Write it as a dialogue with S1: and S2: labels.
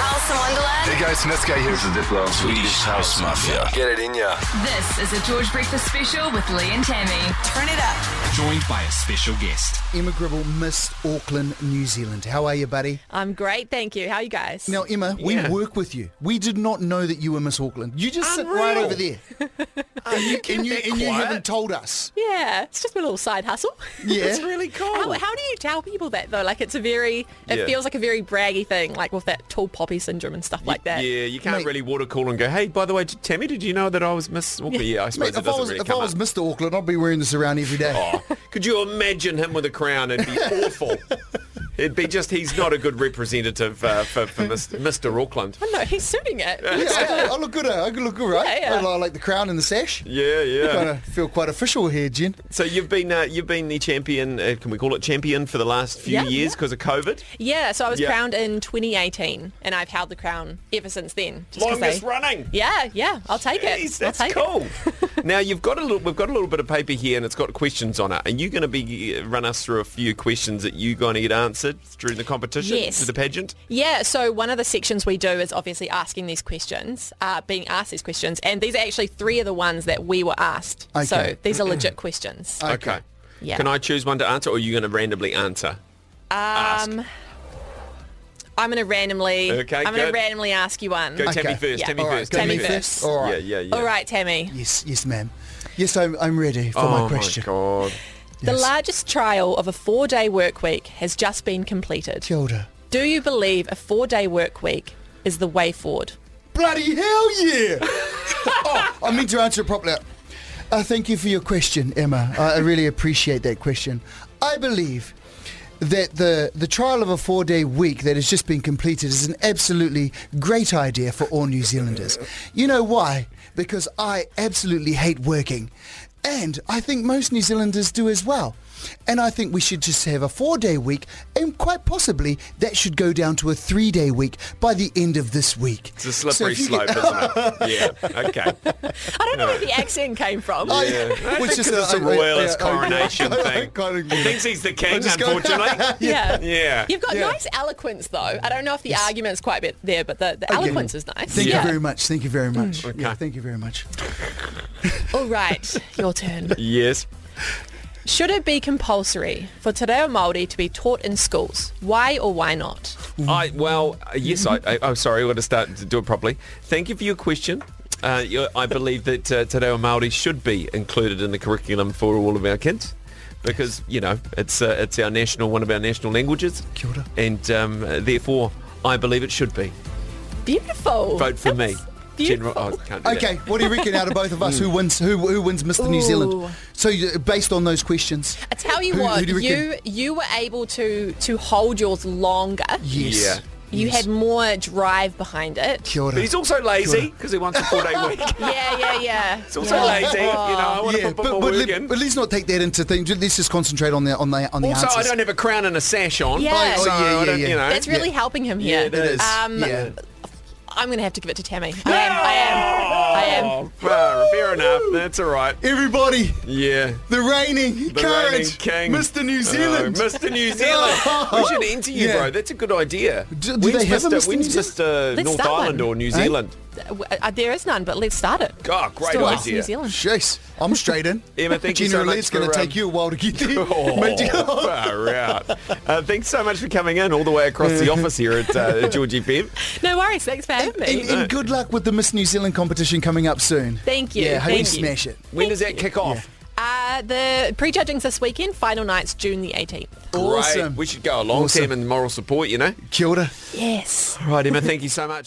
S1: Alice in Wonderland.
S2: Hey guys, Netsky here. This is Diplo. Swedish House Mafia. Get it in ya.
S3: This is a George Breakfast Special with Lee and Tammy.
S1: Turn it up.
S4: joined by a special guest.
S5: Emma Gribble, Miss Auckland, New Zealand. How are you, buddy?
S6: I'm great, thank you. How are you guys?
S5: Now, Emma, we work with you. We did not know that you were Miss Auckland. You just sit right over there. and you, and you, and you haven't told us.
S6: Yeah, it's just a little side hustle.
S5: Yeah.
S6: it's really cool. How, how do you tell people that though? Like, it's a very, it
S7: Yeah.
S6: feels like a very braggy thing, like with that tall poppy syndrome and stuff like that.
S7: Yeah, you can't
S5: Mate.
S7: really water cool and go, hey, by the way, did- Tammy, did you know that I was Miss Walker? Yeah, I suppose
S5: Mate,
S7: it
S5: if I
S7: doesn't
S5: was,
S7: really
S5: if I
S7: come
S5: was
S7: up.
S5: Mr. Auckland, I'd be wearing this around every day.
S7: Oh, could you imagine him with a crown? It'd be awful. It'd be just, he's not a good representative uh, for, for Mis- Mr. Auckland.
S6: No, he's suiting it.
S5: Yeah, I, look, I look good. eh? I look good, right?
S6: Yeah, yeah.
S5: I like the crown and the sash.
S7: Yeah,
S5: Kind
S7: yeah.
S5: of feel quite official here, Jen.
S7: So you've been uh, you've been the champion, uh, can we call it champion, for the last few
S6: Yeah,
S7: years
S6: yeah.
S7: because of COVID?
S6: yeah, so I was
S7: Yeah.
S6: crowned in 2018, and I've held the crown ever since then. just 'cause
S7: Longest
S6: they-
S7: running.
S6: Yeah, yeah, I'll take it.
S7: Jeez, that's
S6: I'll take it.
S7: cool. now you've got a little, we've got a little bit of paper here, and it's got questions on it. Are you going to be uh, run us through a few questions that you going to get answered during the competition,
S6: Yes.
S7: to the pageant?
S6: Yeah, so one of the sections we do is obviously asking these questions, uh, being asked these questions, and these are actually three of the ones that we were asked. So
S5: Okay. Uh,
S6: these are legit questions.
S7: Okay.
S6: Yeah.
S7: Can I choose one to answer, or are you going to randomly answer? Um,
S6: I'm gonna randomly.
S7: Okay,
S6: I'm gonna
S7: good.
S6: randomly ask you one.
S7: go
S5: Okay.
S7: Tammy first.
S6: Yeah.
S7: Tammy
S5: All right,
S7: first.
S5: go
S6: Tammy
S5: me
S6: first.
S5: All right.
S7: Yeah, yeah, yeah.
S6: All right, Tammy.
S5: Yes, yes, ma'am. Yes, I'm, I'm ready for
S7: Oh
S5: my question.
S7: god.
S6: The largest trial of a four-day work week has just been completed.
S5: Kia ora.
S6: Do you believe a four-day work week is the way forward?
S5: Bloody hell yeah! oh, I meant to answer it properly. Uh, thank you for your question, Emma. I I really appreciate that question. I believe that the, the trial of a four day week that has just been completed is an absolutely great idea for all New Zealanders. You know why? Because I absolutely hate working. And I think most New Zealanders do as well. And I think we should just have a four day week, and quite possibly that should go down to a three day week by the end of this week.
S7: It's a slippery
S5: So if you
S7: slope,
S5: get-
S7: isn't it? Yeah. Okay.
S6: I don't know where the accent came from.
S5: Oh,
S7: Yeah. I think
S5: Which is
S7: 'cause it's a
S5: I- I-
S7: royalist
S5: I- I-
S7: coronation
S5: I- I-
S7: thing.
S5: kind of-
S7: He thinks he's the king,
S5: just going-
S7: unfortunately.
S6: Yeah.
S7: Yeah.
S6: You've got
S5: Yeah.
S6: nice eloquence, though. I don't know if the argument's quite bit there, but the, the
S5: Okay.
S6: eloquence is nice.
S5: Thank
S6: Yeah.
S5: you very much. Thank you very much. Yeah,
S7: Mm. Okay.
S5: thank you very much.
S6: All right, your turn.
S7: Yes.
S6: Should it be compulsory for Te Reo Māori to be taught in schools? Why or why not?
S7: I well, uh, yes. I, I, I'm sorry. I want to start to do it properly. Thank you for your question. Uh, you- I believe that uh, Te Reo Māori should be included in the curriculum for all of our kids because you know it's uh, it's our national one of our national languages,
S5: Kia ora.
S7: and um, uh, therefore I believe it should be.
S6: Beautiful.
S7: Vote for me.
S6: That's Beautiful.
S7: General, oh, I can't do that.
S5: Okay, what do you reckon out of both of us
S7: Mm.
S5: who wins who, who wins Mr. New
S6: Ooh.
S5: Zealand? So you- based on those questions,
S6: I tell you
S5: Who-
S6: what,
S5: who do you
S6: you,
S5: reckon?
S6: you were able to to hold yours longer.
S5: yes.
S7: Yeah.
S6: You had more drive behind it.
S5: Kia ora.
S7: But he's also lazy because he wants a four-day week.
S6: Yeah, yeah, yeah.
S7: He's also
S6: Yeah.
S7: lazy. You know, I want
S5: yeah,
S7: to put,
S5: but,
S7: more
S5: but,
S7: work
S5: let,
S7: in.
S5: but let's not take that into thing. Let's just concentrate on the on the on the
S7: also,
S5: answers.
S7: I don't have a crown and a sash on.
S6: Yeah. Oh,
S7: so
S5: yeah,
S7: I
S5: yeah,
S7: don't,
S5: yeah.
S7: you know.
S6: That's really helping him here.
S7: Yeah, it is.
S6: Um,
S5: yeah.
S6: I'm going to have to give it to Tammy. I am. I am. I am.
S7: Oh, fair, fair enough. That's all right.
S5: Everybody,
S7: Yeah.
S5: the reigning
S7: The reigning
S5: courage,
S7: king.
S5: Mr. New
S7: Oh,
S5: Zealand. Oh,
S7: Mr. New Zealand. we should interview you,
S5: Yeah.
S7: bro. That's a good idea.
S5: Do- do they have a Mr. New
S7: when's
S5: Zealand?
S7: Mr.
S6: Let's
S7: North
S6: start
S7: Island
S6: one.
S7: or New Zealand?
S6: Uh, there is none, but let's start it.
S7: God, great
S6: Still us,
S7: idea.
S6: New Zealand.
S5: Jeez, I'm straight in.
S7: Emma, thank you
S5: Gina
S7: so much
S5: Raleigh, It's going
S7: for,
S5: to
S7: um,
S5: take you a while to get there. Mate, you-
S7: Oh, far out. Uh, thanks so much for coming in all the way across the office here at uh, Georgie Bev.
S6: No worries. Thanks for having me.
S7: uh,
S5: And, and good luck with the Miss New Zealand competition coming up soon.
S6: Thank you,
S5: Yeah, hope
S6: thank
S5: you
S6: you.
S5: smash it.
S7: When does that kick off?
S6: Uh, the prejudging's this weekend. Final night's June the 18th.
S7: Great.
S5: Awesome.
S7: We should go along,
S5: Awesome.
S7: Tim, and moral support, you know?
S5: Kia ora.
S6: Yes.
S7: All right, Emma, thank you so much.